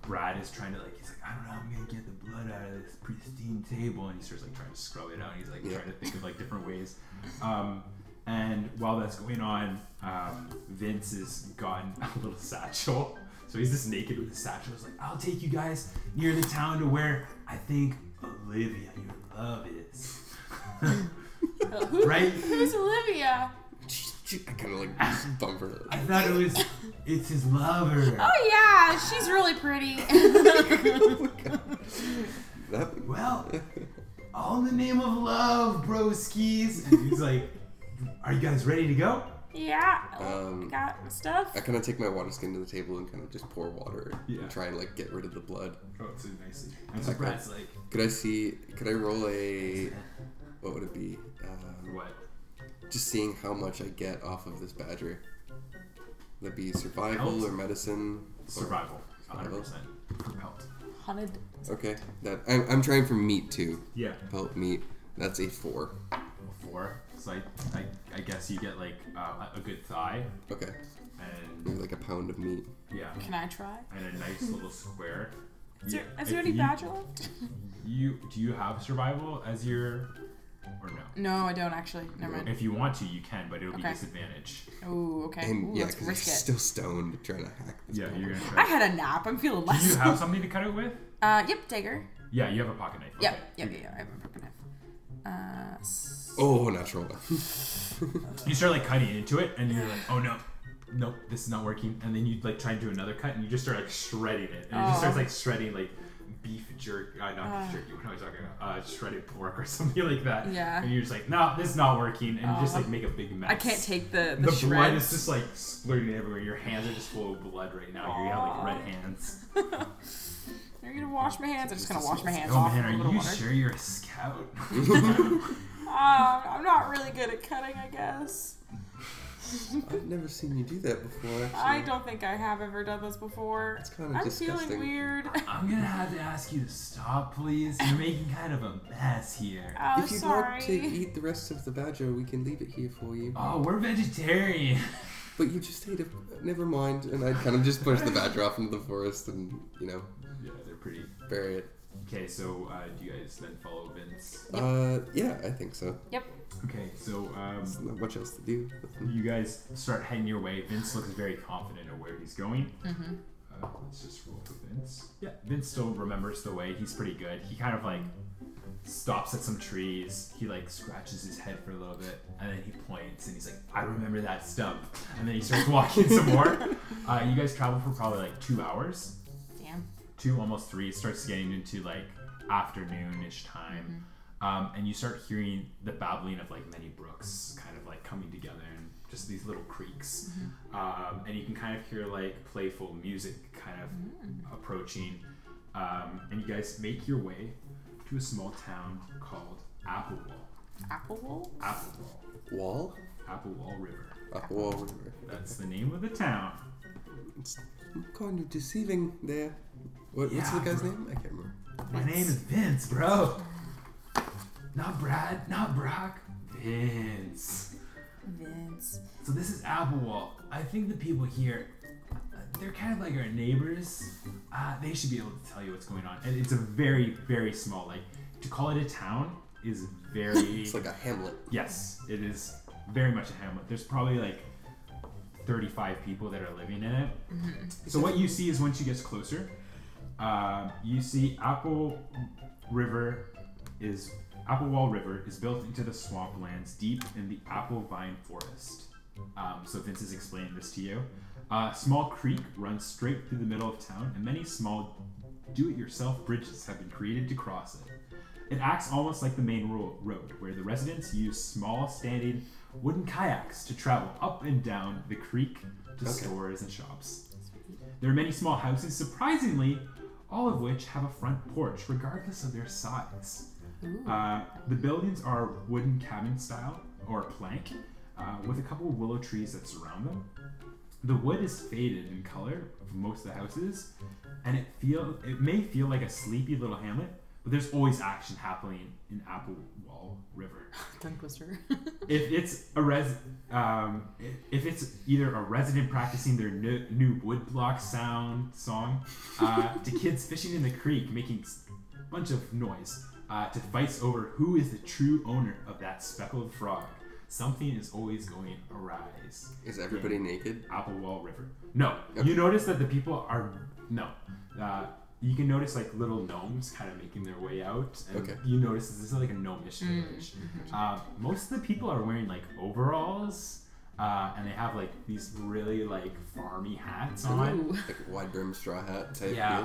S2: Brad is trying to like he's like I don't know how I'm gonna get the blood out of this pristine table, and he starts like trying to scrub it out. And he's like
S3: Yeah.
S2: trying to think of like different ways. Um, and while that's going on, um, Vince has gotten a little satchel. So he's just naked with a satchel. He's like, I'll take you guys near the town to where I think Olivia, your love, is.
S4: Who-
S2: right?
S4: Who's Olivia?
S3: I kind of like bump her.
S2: I thought it was, it's his lover.
S4: Oh yeah, she's really pretty.
S3: That,
S4: Oh,
S2: well, all in the name of love, broskies. And he's like, are you guys ready to go?
S4: yeah,
S3: Um,
S4: got stuff.
S3: I kind of take my water skin to the table and kind of just pour water
S2: Yeah.
S3: and try and like get rid of the blood.
S2: Oh, it's nicely. And so Brad's like,
S3: Could I see? Could I roll a? What would it be? Um,
S2: what?
S3: just seeing how much I get off of this badger. That'd be survival
S2: Health?
S3: or medicine.
S2: Survival. 100%. For pelt.
S4: Hunted.
S3: Okay, that I'm, I'm trying for meat too.
S2: Yeah.
S3: Pelt meat. That's a four.
S2: Four. So I, I, I guess you get like uh, a good thigh
S3: Okay,
S2: and
S3: maybe like a pound of meat.
S2: yeah,
S4: Can I try?
S2: and a nice little square.
S4: Is there,
S2: Yeah,
S4: is there
S2: if
S4: any
S2: you-
S4: badger left?
S2: You do you have survival as your or no?
S4: No, I don't actually. Never mind.
S2: If you want to, you can, but it'll be
S4: Okay.
S2: disadvantage.
S4: Ooh, okay.
S3: And
S4: Ooh,
S3: yeah,
S4: let's
S3: because I'm
S4: risk it.
S3: still stoned trying to hack this.
S2: Yeah, you're gonna
S4: I
S2: try.
S4: had a nap. I'm feeling
S2: Do you
S4: less.
S2: have something to cut it with?
S4: Uh, yep, dagger.
S2: Yeah, you have a pocket knife.
S4: Yep,
S2: Okay.
S4: yep, yep, yep. I have a broken knife. Uh, s-
S3: Oh, natural one.
S2: You start like cutting into it, and you're like, oh no, nope, this is not working. And then you like try and do another cut, and you just start like shredding it, and it
S4: Oh.
S2: just starts like shredding like beef jerk, uh, not beef jerky. What am I talking about? Uh, shredded pork or something like that.
S4: Yeah. Oh.
S2: And you're just like, no, this is not working, and you just like make a big mess.
S4: I can't take the the,
S2: The blood
S4: shreds.
S2: is just like splurting everywhere. Your hands are just full of blood right now. You got like red hands.
S4: Are you gonna wash my hands? I'm just gonna wash my hands
S2: Oh
S4: off.
S2: man,
S4: with a little
S2: are you
S4: water.
S2: sure you're a scout?
S4: Um, I'm not really good at cutting, I guess.
S3: I've never seen you do that before. Actually.
S4: I don't think I have ever done this before.
S3: It's kinda
S4: I'm
S3: disgusting.
S4: feeling weird.
S2: I'm gonna have to ask you to stop, please. You're making kind of a mess here.
S4: Oh,
S3: if you'd
S4: sorry.
S3: like to eat the rest of the badger, we can leave it here for you.
S2: Oh, we're vegetarian.
S3: But you just ate a. Never mind. And I kind of just push the badger off into the forest and, you know,
S2: yeah, they're pretty.
S3: bury it.
S2: Okay, so uh, do you guys then follow Vince?
S3: Uh, yeah, I think so.
S4: Yep.
S2: Okay, so um,
S3: There's not much else to do.
S2: you guys start heading your way. Vince looks very confident of where he's going. Uh, let's just roll for Vince. Yeah, Vince still remembers the way. He's pretty good. He kind of like stops at some trees. He like scratches his head for a little bit, and then he points and he's like, "I remember that stump." And then he starts walking some more. Uh, you guys travel for probably like two hours.
S4: Damn.
S2: two, almost three, it starts getting into like afternoonish time, um, and you start hearing the babbling of like many brooks, kind of like coming together and just these little creeks, um, and you can kind of hear like playful music kind of approaching, um, and you guys make your way to a small town called Applewall,
S4: Apple wool?
S2: Applewall,
S3: Wall?
S2: Applewall River.
S3: Uh, wall, whatever.
S2: That's the name of the town.
S3: It's kind of deceiving there. What, what's the
S2: Yeah,
S3: guy's
S2: bro.
S3: name? I can't remember.
S2: My name is Vince, bro. Not Brad, not Brock. Vince.
S4: Vince.
S2: So this is Applewall. I think the people here, uh, they're kind of like our neighbors. Uh, they should be able to tell you what's going on. And it's a very, very small, like, to call it a town is very.
S3: It's like a Hamlet.
S2: yes, it is very much a hamlet. There's probably like 35 people that are living in it. So what you see is once you get closer, um, you see Apple River is Applewall River is built into the swamplands deep in the apple vine forest. Um, so Vince is explaining this to you. Uh, small creek runs straight through the middle of town, and many small do-it-yourself bridges have been created to cross it. It acts almost like the main ro- road, where the residents use small standing wooden kayaks to travel up and down the creek to stores and shops. There are many small houses, surprisingly, all of which have a front porch, regardless of their size. Uh, the buildings are wooden cabin style or plank uh, with a couple of willow trees that surround them. The wood is faded in color of most of the houses, and it feel it may feel like a sleepy little hamlet, but there's always action happening in Applewall River.
S6: Tongue twister.
S2: If it's a res, um, if it's either a resident practicing their new, new woodblock sound song, uh, to kids fishing in the creek making a bunch of noise, uh, to fights over who is the true owner of that speckled frog, something is always going awry.
S3: Is everybody naked?
S2: Applewall River. No, you notice that the people are no. Uh, you can notice like little gnomes kind of making their way out, and
S3: Okay.
S2: you notice this is like a gnomish village. Uh, most of the people are wearing like overalls, uh, and they have like these really like farmy hats on.
S6: Ooh.
S3: Like a wide brim straw hat type
S2: Yeah.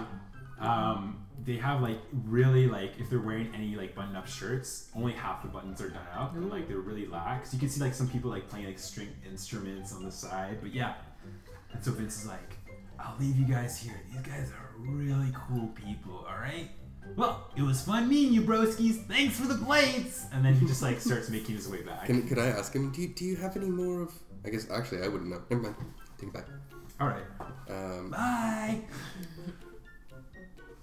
S3: deal?
S2: Um, they have like really like if they're wearing any like button up shirts, only half the buttons are done up and like they're really lax. You can see like some people like playing like string instruments on the side, but yeah. And so Vince is like, I'll leave you guys here. These guys are really cool people, alright? Well, it was fun meeting you, broskies. Thanks for the plates. And then he just like starts making his way back.
S3: Can, could I ask him, do you, do you have any more of. I guess actually I wouldn't know. Never mind. Take it back.
S2: All right,
S3: Um,
S2: bye.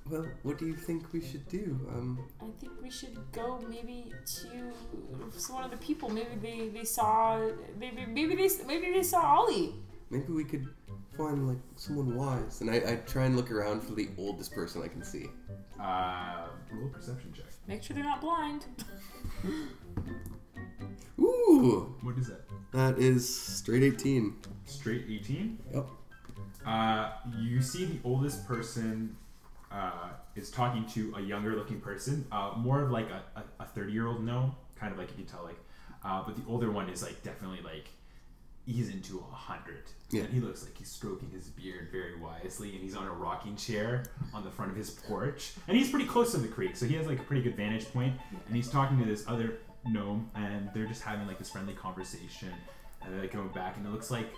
S3: well, what do you think we should do? Um,
S4: I think we should go maybe to s- one of the people. Maybe they, they saw maybe maybe they s- maybe they saw Ollie.
S3: maybe we could find like someone wise. And I, I try and look around for the oldest person I can see.
S2: Uh, roll a perception check.
S4: Make sure they're not blind.
S3: Uh, Ooh,
S2: What is that?
S3: that is straight 18.
S2: Straight 18?
S3: Yep.
S2: Uh, you see the oldest person uh, is talking to a younger looking person, uh, more of like a, a, a 30 year old gnome, kind of like you can tell, like, uh, but the older one is like definitely like, he's into a hundred.
S3: Yeah.
S2: And he looks like he's stroking his beard very wisely, and he's on a rocking chair on the front of his porch. And he's pretty close to the creek, so he has like a pretty good vantage point, and he's talking to this other gnome, and they're just having like this friendly conversation, and they're going back, and it looks like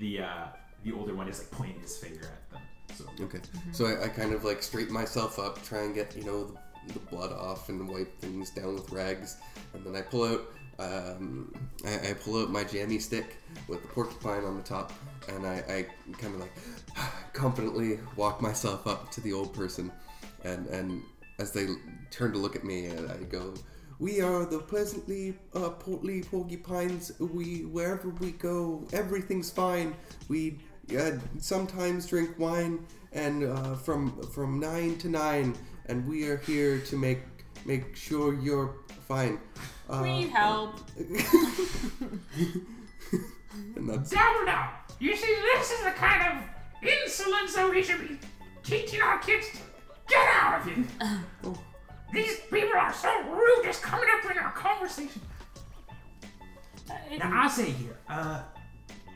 S2: the uh, the older one is like pointing his finger at them. So
S3: Okay. So I, I kind of like straighten myself up, try and get, you know, the, the blood off and wipe things down with rags. And then I pull out, um, I, I pull out my jammy stick with the porcupine on the top. And I, I kind of like confidently walk myself up to the old person. And, and as they turn to look at me, and I go, we are the pleasantly uh, portly porcupines. We wherever we go, everything's fine. We uh, sometimes drink wine, and uh, from from nine to nine, and we are here to make make sure you're fine. Uh,
S4: we need help.
S3: and that's
S7: Domino! You see, this is the kind of insolence that we should be teaching our kids to get out of here. These people are so rude, just coming up in our conversation.
S4: Uh,
S7: Now, I say here, uh,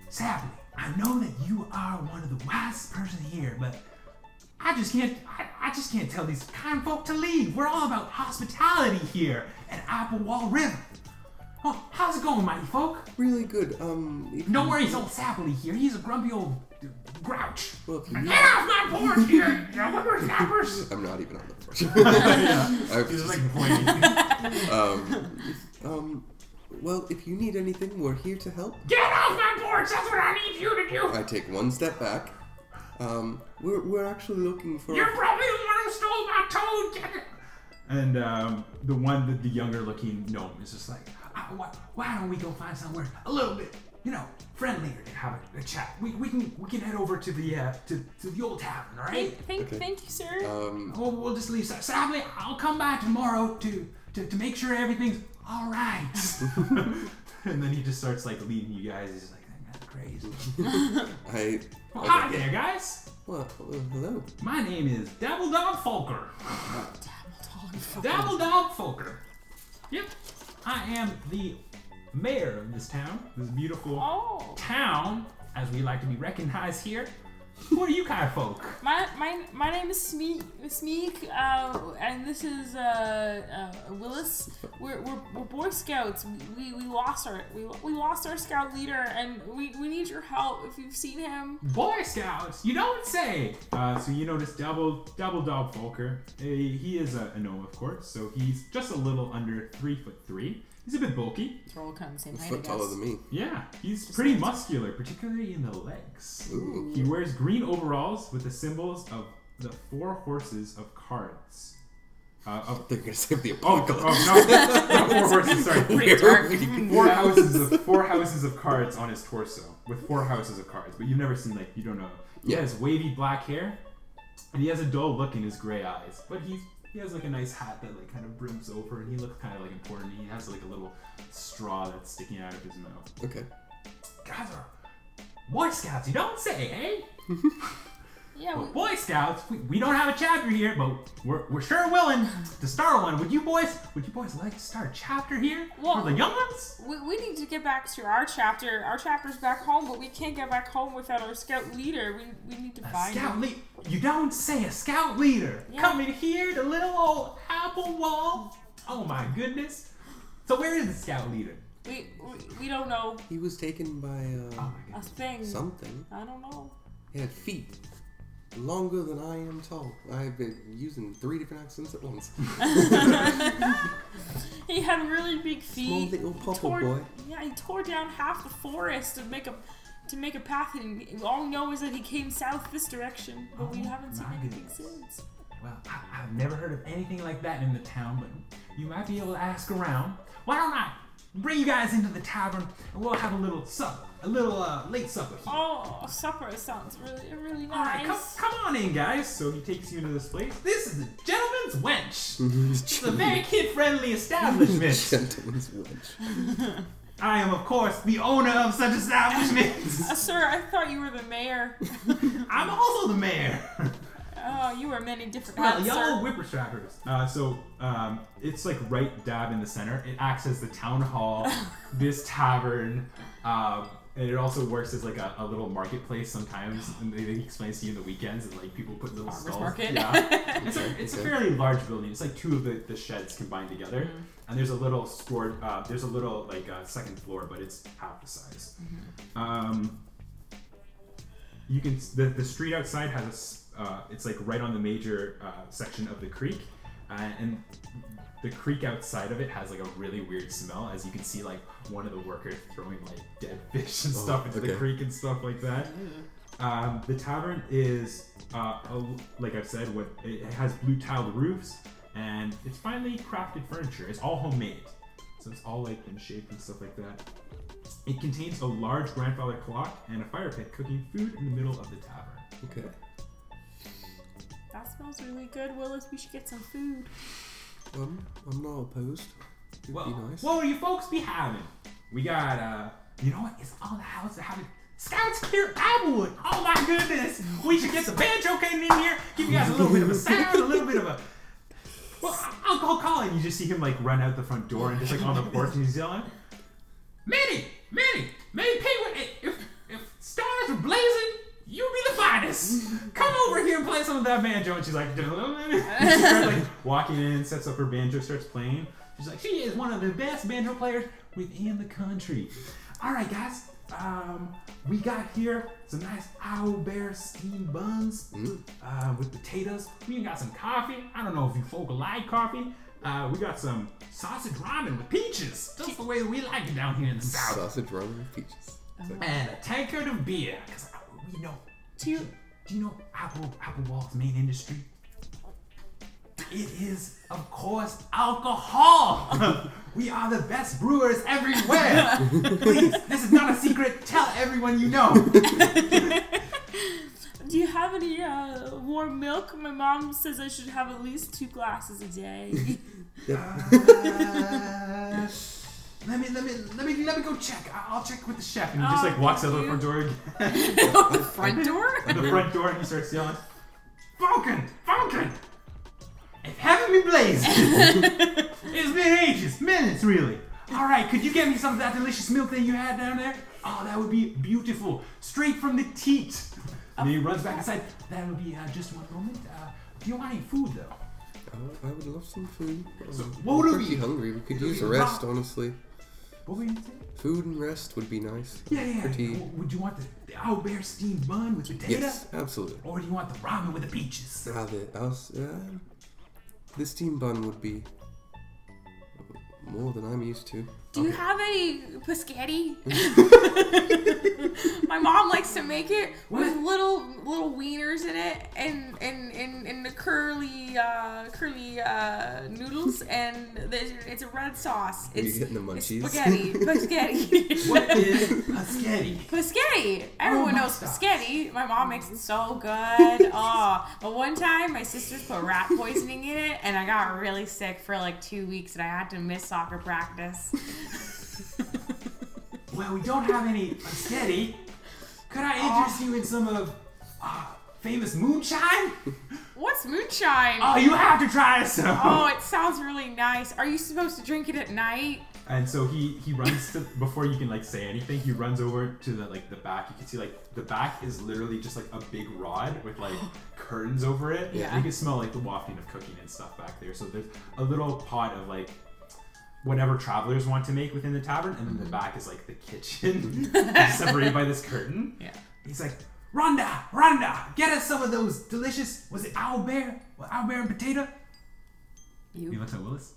S7: sadly, I know that you are one of the wisest person here, but I just can't, I, I just can't tell these kind folk to leave. We're all about hospitality here at Applewall River. Oh, how's it going, mighty folk?
S3: really good. Um, if
S7: Don't
S3: you-
S7: worry, it's old Sapley here. He's a grumpy old uh, grouch.
S3: well, if you-
S7: Get off my porch, you lumber snappers!
S3: I'm not even on the porch.
S2: he's just like pointing.
S3: um, well, if you need anything, we're here to help.
S7: Get off my porch! That's what I need you to do!
S3: I take one step back. Um, we're, we're actually looking for.
S7: You're probably the one who stole my toad! Get
S2: and um, the one, the, the younger looking gnome is just like,
S7: uh, why, why don't we go find somewhere a little bit, you know, friendlier to have a, a chat? We, we can we can head over to the uh, to, to the old tavern, all right?
S4: thank, thank, thank you, sir.
S3: Um,
S7: We'll, we'll just leave. Sa- Sadly, I'll come by tomorrow to to, to make sure everything's all right.
S2: and then he just starts like leading you guys. He's like,
S7: That's crazy.
S3: I.
S7: Well, hi there, guys.
S3: Well, uh, hello.
S7: My name is Dabble Dog Folker. Dabble Dog Folker. Yep. I am the mayor of this town, this beautiful
S4: oh,
S7: town, as we like to be recognized here. Who are you kind of folk?
S4: My, my, my name is Smeek, Smeek uh, and this is uh, uh, Willis. We're, we're, we're Boy Scouts. We, we lost our we, we lost our scout leader, and we, we need your help. If you've seen him,
S7: Boy Scouts, you don't say.
S2: Uh, so you notice double double dog Volker. Uh, he is a, a gnome, of course, so he's just a little under three foot three. He's a bit bulky.
S4: they're all kind of the same
S3: A
S4: height. I
S3: foot taller
S4: guess.
S3: than me.
S2: Yeah, he's pretty muscular, particularly in the legs.
S3: Ooh.
S2: He wears green overalls with the symbols of the four horses of cards. Uh, of,
S3: They're gonna save the
S2: oh,
S3: apocalypse.
S2: oh, no, not four horses. Sorry,
S3: Where
S4: dark.
S3: we-
S2: four houses of four houses of cards on his torso with four houses of cards but you've never seen like you don't know he
S3: Yeah.
S2: has wavy black hair and he has a dull look in his gray eyes but he's he has like a nice hat that like kind of brims over and he looks kind of like important he has like a little straw that's sticking out of his mouth
S3: Okay.
S7: Guys are Boy Scouts, you don't say, eh?
S4: Yeah, we,
S7: Well, Boy Scouts, we, we don't have a chapter here, but we're, we're sure willing to start one. Would you boys would you boys like to start a chapter here
S4: Well-
S7: for the young ones?
S4: we, we need to get back to our chapter. Our chapter's back home, but we can't get back home without our scout leader. We, we need to
S7: A
S4: find
S7: scout
S4: him.
S7: lead you don't say a scout leader
S4: Yeah.
S7: coming here to little old Apple Wall. Oh my goodness! So where is the scout leader?
S4: We, we, we don't know
S3: He was taken by
S7: Oh
S3: uh,
S7: my
S4: a
S7: goodness!
S4: thing.
S3: something.
S4: I don't know.
S3: He had feet longer than I am tall. I've been using three different accents at once.
S4: He had really big feet.
S3: little
S4: He
S3: purple
S4: tore,
S3: boy.
S4: Yeah, he tore down half the forest to make a to make a path, and all we know is that he came south this direction, but we
S7: Oh
S4: haven't seen
S7: my
S4: anything
S7: goodness.
S4: since.
S7: Well, I, I've never heard of anything like that in the town, but you might be able to ask around. Why don't I bring you guys into the tavern and we'll have a little supper, a little uh, late supper here.
S4: Oh, supper sounds really really
S7: All right,
S4: nice.
S7: come, come on in, guys.
S2: so he takes you into this place
S7: This is a gentleman's wench. It's a very kid-friendly establishment.
S3: Gentleman's wedge.
S7: I am, of course, the owner of such establishments.
S4: Uh, sir, I thought you were the mayor.
S7: I'm also the mayor.
S4: oh, you were many different
S7: Well,
S4: hats,
S7: y'all
S4: sir.
S7: whippersnappers.
S2: Uh, so um, it's like right dab in the center. It acts as the town hall, this tavern, um, and it also works as like a, a little marketplace sometimes. And they, they explain to you in the weekends and like people put little
S4: Farmer's
S2: stalls.
S4: market.
S2: Yeah, it's, a, it's a
S3: Okay.
S2: fairly large building. It's like two of the, the sheds combined together,
S3: Mm-hmm.
S2: and there's a little store. Uh, there's a little like uh, second floor, but it's half the size.
S3: Mm-hmm.
S2: Um, you can the, the street outside has a s- uh, it's like right on the major uh, section of the creek uh, and the creek outside of it has like a really weird smell as you can see like one of the workers throwing like dead fish and stuff into the
S3: Oh, okay.
S2: creek and stuff like that um, the tavern is uh, a, like i've said with, it has blue tiled roofs and it's finely crafted furniture it's all homemade so it's all like in shape and stuff like that it contains a large grandfather clock and a fire pit cooking food in the middle of the tavern.
S3: Okay.
S4: That smells really good, Willis. We should get some food.
S3: Um, I'm not opposed. It'd
S7: Well,
S3: be nice.
S7: what will you folks be having? We got, uh, you know what? It's on the house to having Scouts Clear Applewood. Oh my goodness! We should get the banjo came in here, give you guys a little bit of a sound, a little bit of a. Well, I'll go call
S2: And
S7: you.
S2: you just see him like run out the front door and just like on the porch and he's yelling.
S7: Manny! Manny! Manny Penguin! If, if stars were blazing, you'd be the finest! Come over here and play some of that banjo. And she's like,
S2: She starts, like walking in, sets up her banjo, starts playing.
S7: She's like, she is one of the best banjo players within the country. All right, guys. Um, we got here some nice owl bear steamed buns uh, with potatoes. We even got some coffee. I don't know if you folk like coffee. Uh, we got some sausage ramen with peaches, just the way we like it down here in the south.
S3: Sausage, rum, and peaches. It's like-
S7: And a tankard of beer, because we know.
S4: Do you,
S7: Do you know Apple Applewall's main industry? It is, of course, alcohol. we are the best brewers everywhere. Please, this is not a secret. Tell everyone you know.
S4: do you have any uh, warm milk? My mom says I should have at least two glasses a day.
S7: Uh, let me, let me, let me, let me go check. I- I'll check with the chef.
S2: And he just like
S4: Oh,
S2: walks out
S4: thank
S2: the
S4: you.
S2: front door,
S4: the front door?
S2: the front door, and he starts yelling.
S7: Falcon, Falcon. If heaven be blazed, it's been ages, minutes really. All right, could you get me some of that delicious milk that you had down there? Oh, that would be beautiful, straight from the teat. And then he runs back inside. That'll be uh, just one moment. Uh, do you want any food, though?
S3: I would- I would love some food.
S7: So
S3: Um,
S7: what
S3: I'm
S7: would it
S3: pretty
S7: be?
S3: hungry. We could
S7: It'll
S3: use
S7: be
S3: a
S7: a
S3: rest,
S7: rock.
S3: honestly.
S7: What were you saying?
S3: Food and rest would be nice.
S7: Yeah, yeah. yeah.
S3: Pretty.
S7: W- Would you want the, the owlbear steamed bun with potato?
S3: Yes, absolutely.
S7: Or do you want the ramen with the peaches?
S3: Ah, the, I was, uh, the steam bun would be more than I'm used to.
S4: Do you have any biscotti? My mom likes to make it with
S7: What?
S4: little little wieners in it, and and and, and the curly uh, curly uh, noodles, and there's, it's a red sauce.
S3: you
S4: It's,
S3: getting the
S4: it's
S3: munchies?
S4: spaghetti. Spaghetti.
S7: What is a sketty?
S4: Paschetti. Everyone
S7: my
S4: knows
S7: gosh.
S4: Paschetti. My mom makes it so good. oh, but one time my sisters put rat poisoning in it, and I got really sick for like two weeks, and I had to miss soccer practice.
S7: Well, we don't have any spaghetti. Could I interest you in some of uh, famous moonshine?
S4: What's moonshine?
S7: Oh, you have to try some.
S4: Oh, it sounds really nice. Are you supposed to drink it at night?
S7: And so he he runs to before you can like say anything. He runs over to the like the back. You can see like the back is literally just like a big rod with like curtains over it.
S4: Yeah.
S7: You can smell like the wafting of cooking and stuff back there. So there's a little pot of like whatever travelers want to make within the tavern, and then the back is like the kitchen separated by this curtain.
S4: Yeah.
S7: He's like, Rhonda, Rhonda, get us some of those delicious. Was it owl bear? Well, owl bear and potato? He
S4: You.
S7: looks at Willis.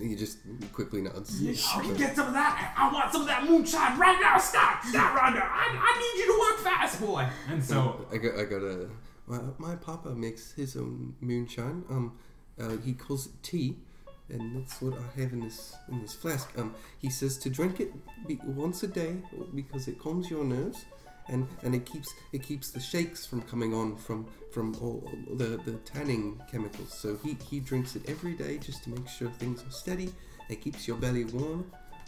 S3: He just quickly nods.
S7: Oh, you get some of that. I I want some of that moonshine right now. Stop, stop, Rhonda. I, I need you to work fast, boy. And so,
S3: I got, I got a. My, my papa makes his own moonshine. Um, uh, he calls it tea, and that's what I have in this in this flask. Um, he says to drink it be, once a day because it calms your nerves, and, and it keeps it keeps the shakes from coming on from from all the, the tanning chemicals. So he he drinks it every day just to make sure things are steady. It keeps your belly warm.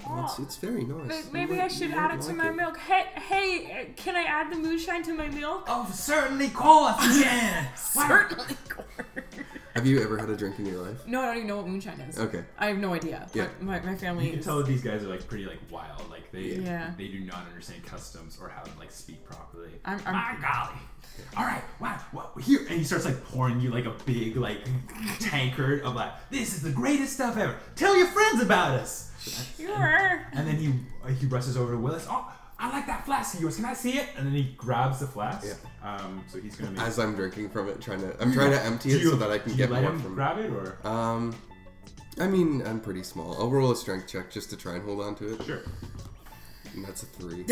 S3: Oh, it's,
S4: Oh.
S3: it's very nice. You
S4: Maybe I
S3: won't-
S4: should
S3: you
S4: add
S3: won't
S4: it to
S3: like
S4: my milk. Hey, hey, uh, can I add the moonshine to my milk?
S7: oh, certainly, course, yeah.
S4: Certainly, Gord.
S3: Have you ever had a drink in your life?
S4: No, I don't even know what moonshine is.
S3: Okay.
S4: I have no idea.
S3: Yeah.
S4: My, my, my
S7: You
S4: family.
S7: can
S4: Is,
S7: tell that these guys are like pretty like wild. Like they
S4: Yeah.
S7: they do not understand customs or how to like speak properly.
S4: I'm,
S7: My
S4: I'm,
S7: golly. All right, wow, wow, here, and he starts like pouring you like a big like tankard of like, this is the greatest stuff ever. Tell your friends about us.
S4: sure.
S7: And then he uh, he rushes over to Willis. Oh, I like that flask of yours. Can I see it? And then he grabs the flask. Um, so he's gonna make.
S3: as I'm drinking from it, trying to I'm trying to empty
S7: do
S3: it
S7: you,
S3: so that I can
S7: do
S3: get
S7: you let
S3: more
S7: him
S3: from.
S7: grab it or?
S3: um, I mean, I'm pretty small. I'll roll a strength check just to try and hold on to it,
S7: sure.
S3: and that's a three.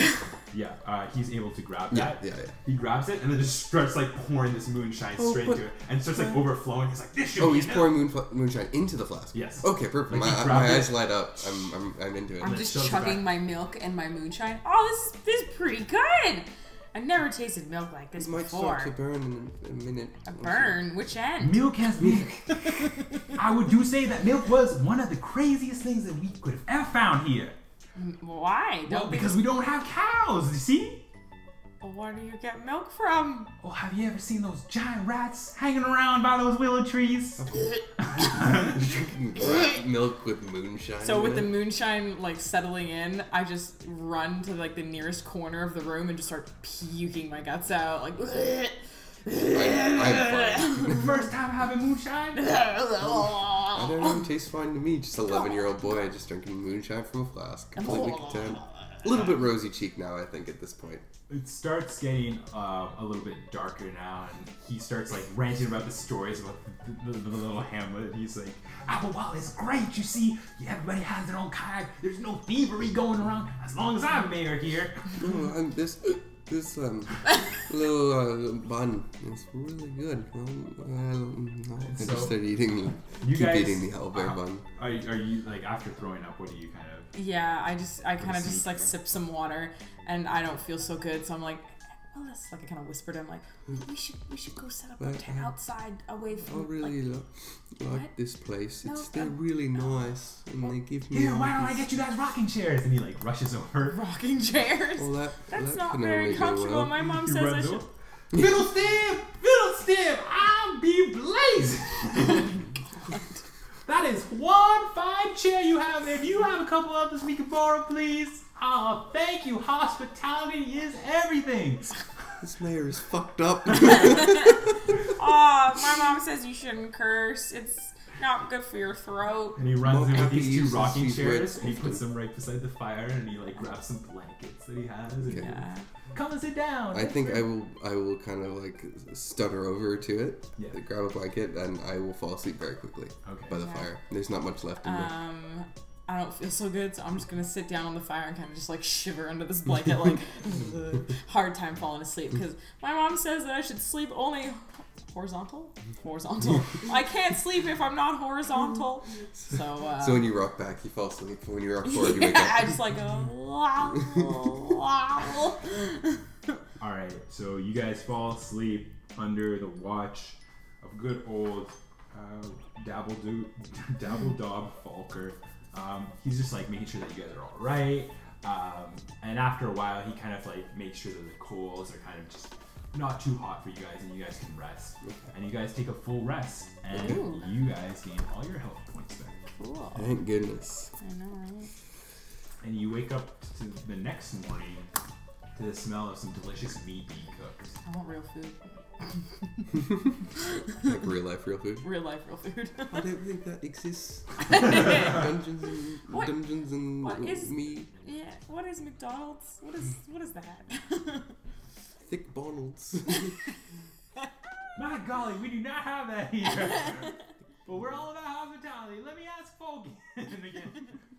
S7: Yeah, uh, he's able to grab
S3: Yeah,
S7: that.
S3: yeah, yeah.
S7: He grabs it and then just starts like pouring this moonshine
S3: Oh,
S7: straight
S3: but-
S7: into it and starts like overflowing. He's like, this should
S3: Oh,
S7: be
S3: he's
S7: enough."
S3: pouring moon, moonshine into the flask.
S7: Yes.
S3: Okay, perfect.
S7: Like, he
S3: my
S7: grabbed
S3: my
S7: it.
S3: eyes light up. I'm I'm, I'm into it.
S4: I'm
S7: it
S4: just
S7: shoves it
S4: chugging
S7: back.
S4: my milk and my moonshine. Oh, this, this is pretty good. I've never tasted milk like this
S3: It might start to
S4: before.
S3: burn in a- a minute.
S4: A
S3: or so.
S4: burn? Which end?
S7: Milk has milk. I would do say that milk was one of the craziest things that we could have ever found here.
S4: Why? Don't
S7: Mm-hmm. Well,
S4: they-
S7: because we don't have cows, you see?
S4: Well, Where do you get milk from?
S7: Oh, have you ever seen those giant rats hanging around by those willow trees?
S3: Black milk with moonshine.
S4: So
S3: in
S4: with the
S3: it.
S4: moonshine like settling in, I just run to like the nearest corner of the room and just start puking my guts out. Like,
S3: I, I'm fine.
S7: First time having moonshine?
S3: I don't know. It tastes fine to me. Just 11 year old boy just drinking moonshine from a flask. Completely content. A little bit rosy cheek now, I think, at this point.
S7: It starts getting uh, a little bit darker now, and he starts like ranting about the stories about the, the, the little hamlet. He's like, Applewall is great, you see. Everybody has their own kayak. There's no thievery going around as long as I'm mayor here.
S3: Oh, um, this this um little uh, bun is really good. Um, um, I
S7: So-
S3: just started eating.
S7: You
S3: keep
S7: guys-
S3: eating the owlbear
S7: Uh,
S3: bun.
S7: Are, are you like after throwing up? What do you kind of?
S4: yeah, I just I kind of
S7: Let's
S4: just
S7: see.
S4: like sip some water, and I don't feel so good, so I'm like, well, that's like I kind of whispered. I'm like,
S3: Mm.
S4: we should we should go set up our
S3: Like,
S4: tent
S3: uh,
S4: outside, away
S3: I
S4: from.
S3: really
S4: like,
S3: lo- like this place.
S4: No,
S3: It's they're
S4: um,
S3: really nice, and they give me
S7: Here,
S3: all
S7: why don't I
S3: this-
S7: get you guys rocking chairs? And he like rushes over.
S4: Rocking chairs.
S3: all that.
S4: That's
S3: that
S4: not
S3: can
S4: very
S3: only go
S4: comfortable.
S3: well.
S4: My mom
S7: He
S4: says I
S7: runs
S4: should.
S7: over. Fiddle stem, fiddle stem. I'll be blazing. That is one fine chair you have. If you have a couple others we can borrow, please. Oh, thank you. Hospitality is everything.
S3: This mayor is fucked up.
S4: Aw, Ah, my mom says you shouldn't curse. It's not good for your throat.
S7: And he runs in
S3: Mocha
S7: with these two
S3: uses
S7: rocking
S3: these red
S7: chairs and he
S3: often.
S7: puts them right beside the fire and he like grabs some blankets that he has and
S3: Okay.
S4: Yeah.
S7: come and sit down.
S3: I think I will. I will kind of like stutter over to it,
S7: Yeah.
S3: grab a blanket, and I will fall asleep very quickly
S7: Okay.
S3: by the
S4: Yeah.
S3: fire. There's not much left in me.
S4: Um, I don't feel so good, so I'm just gonna sit down on the fire and kind of just like shiver under this blanket, like hard time falling asleep because my mom says that I should sleep only horizontal. Horizontal. I can't sleep if I'm not horizontal. So. Uh,
S3: so when you rock back, you fall asleep. When you rock forward, you wake
S4: yeah,
S3: up.
S4: I just like a wow, wow.
S7: All right, so you guys fall asleep under the watch of good old uh, Dabble Do- Dabble Dob Falker. Um, he's just like making sure that you guys are all right. Um, and after a while, he kind of like makes sure that the coals are kind of just not too hot for you guys, and you guys can rest. And you guys take a full rest, and
S4: Ooh.
S7: you guys gain all your health points back.
S4: Cool.
S3: Thank goodness.
S4: I know, right?
S7: And you wake up to the next morning to the smell of some delicious meat being cooked.
S4: I want real food.
S3: Like real life, real food.
S4: Real life, real food.
S3: I don't think that exists. Dungeons and
S4: What-
S3: Dungeons and
S4: what is-
S3: me
S4: yeah. What is McDonald's? What is what is that?
S3: thick Bonalds.
S7: My golly, we do not have that here. but we're all about hospitality. Let me ask Fogan again.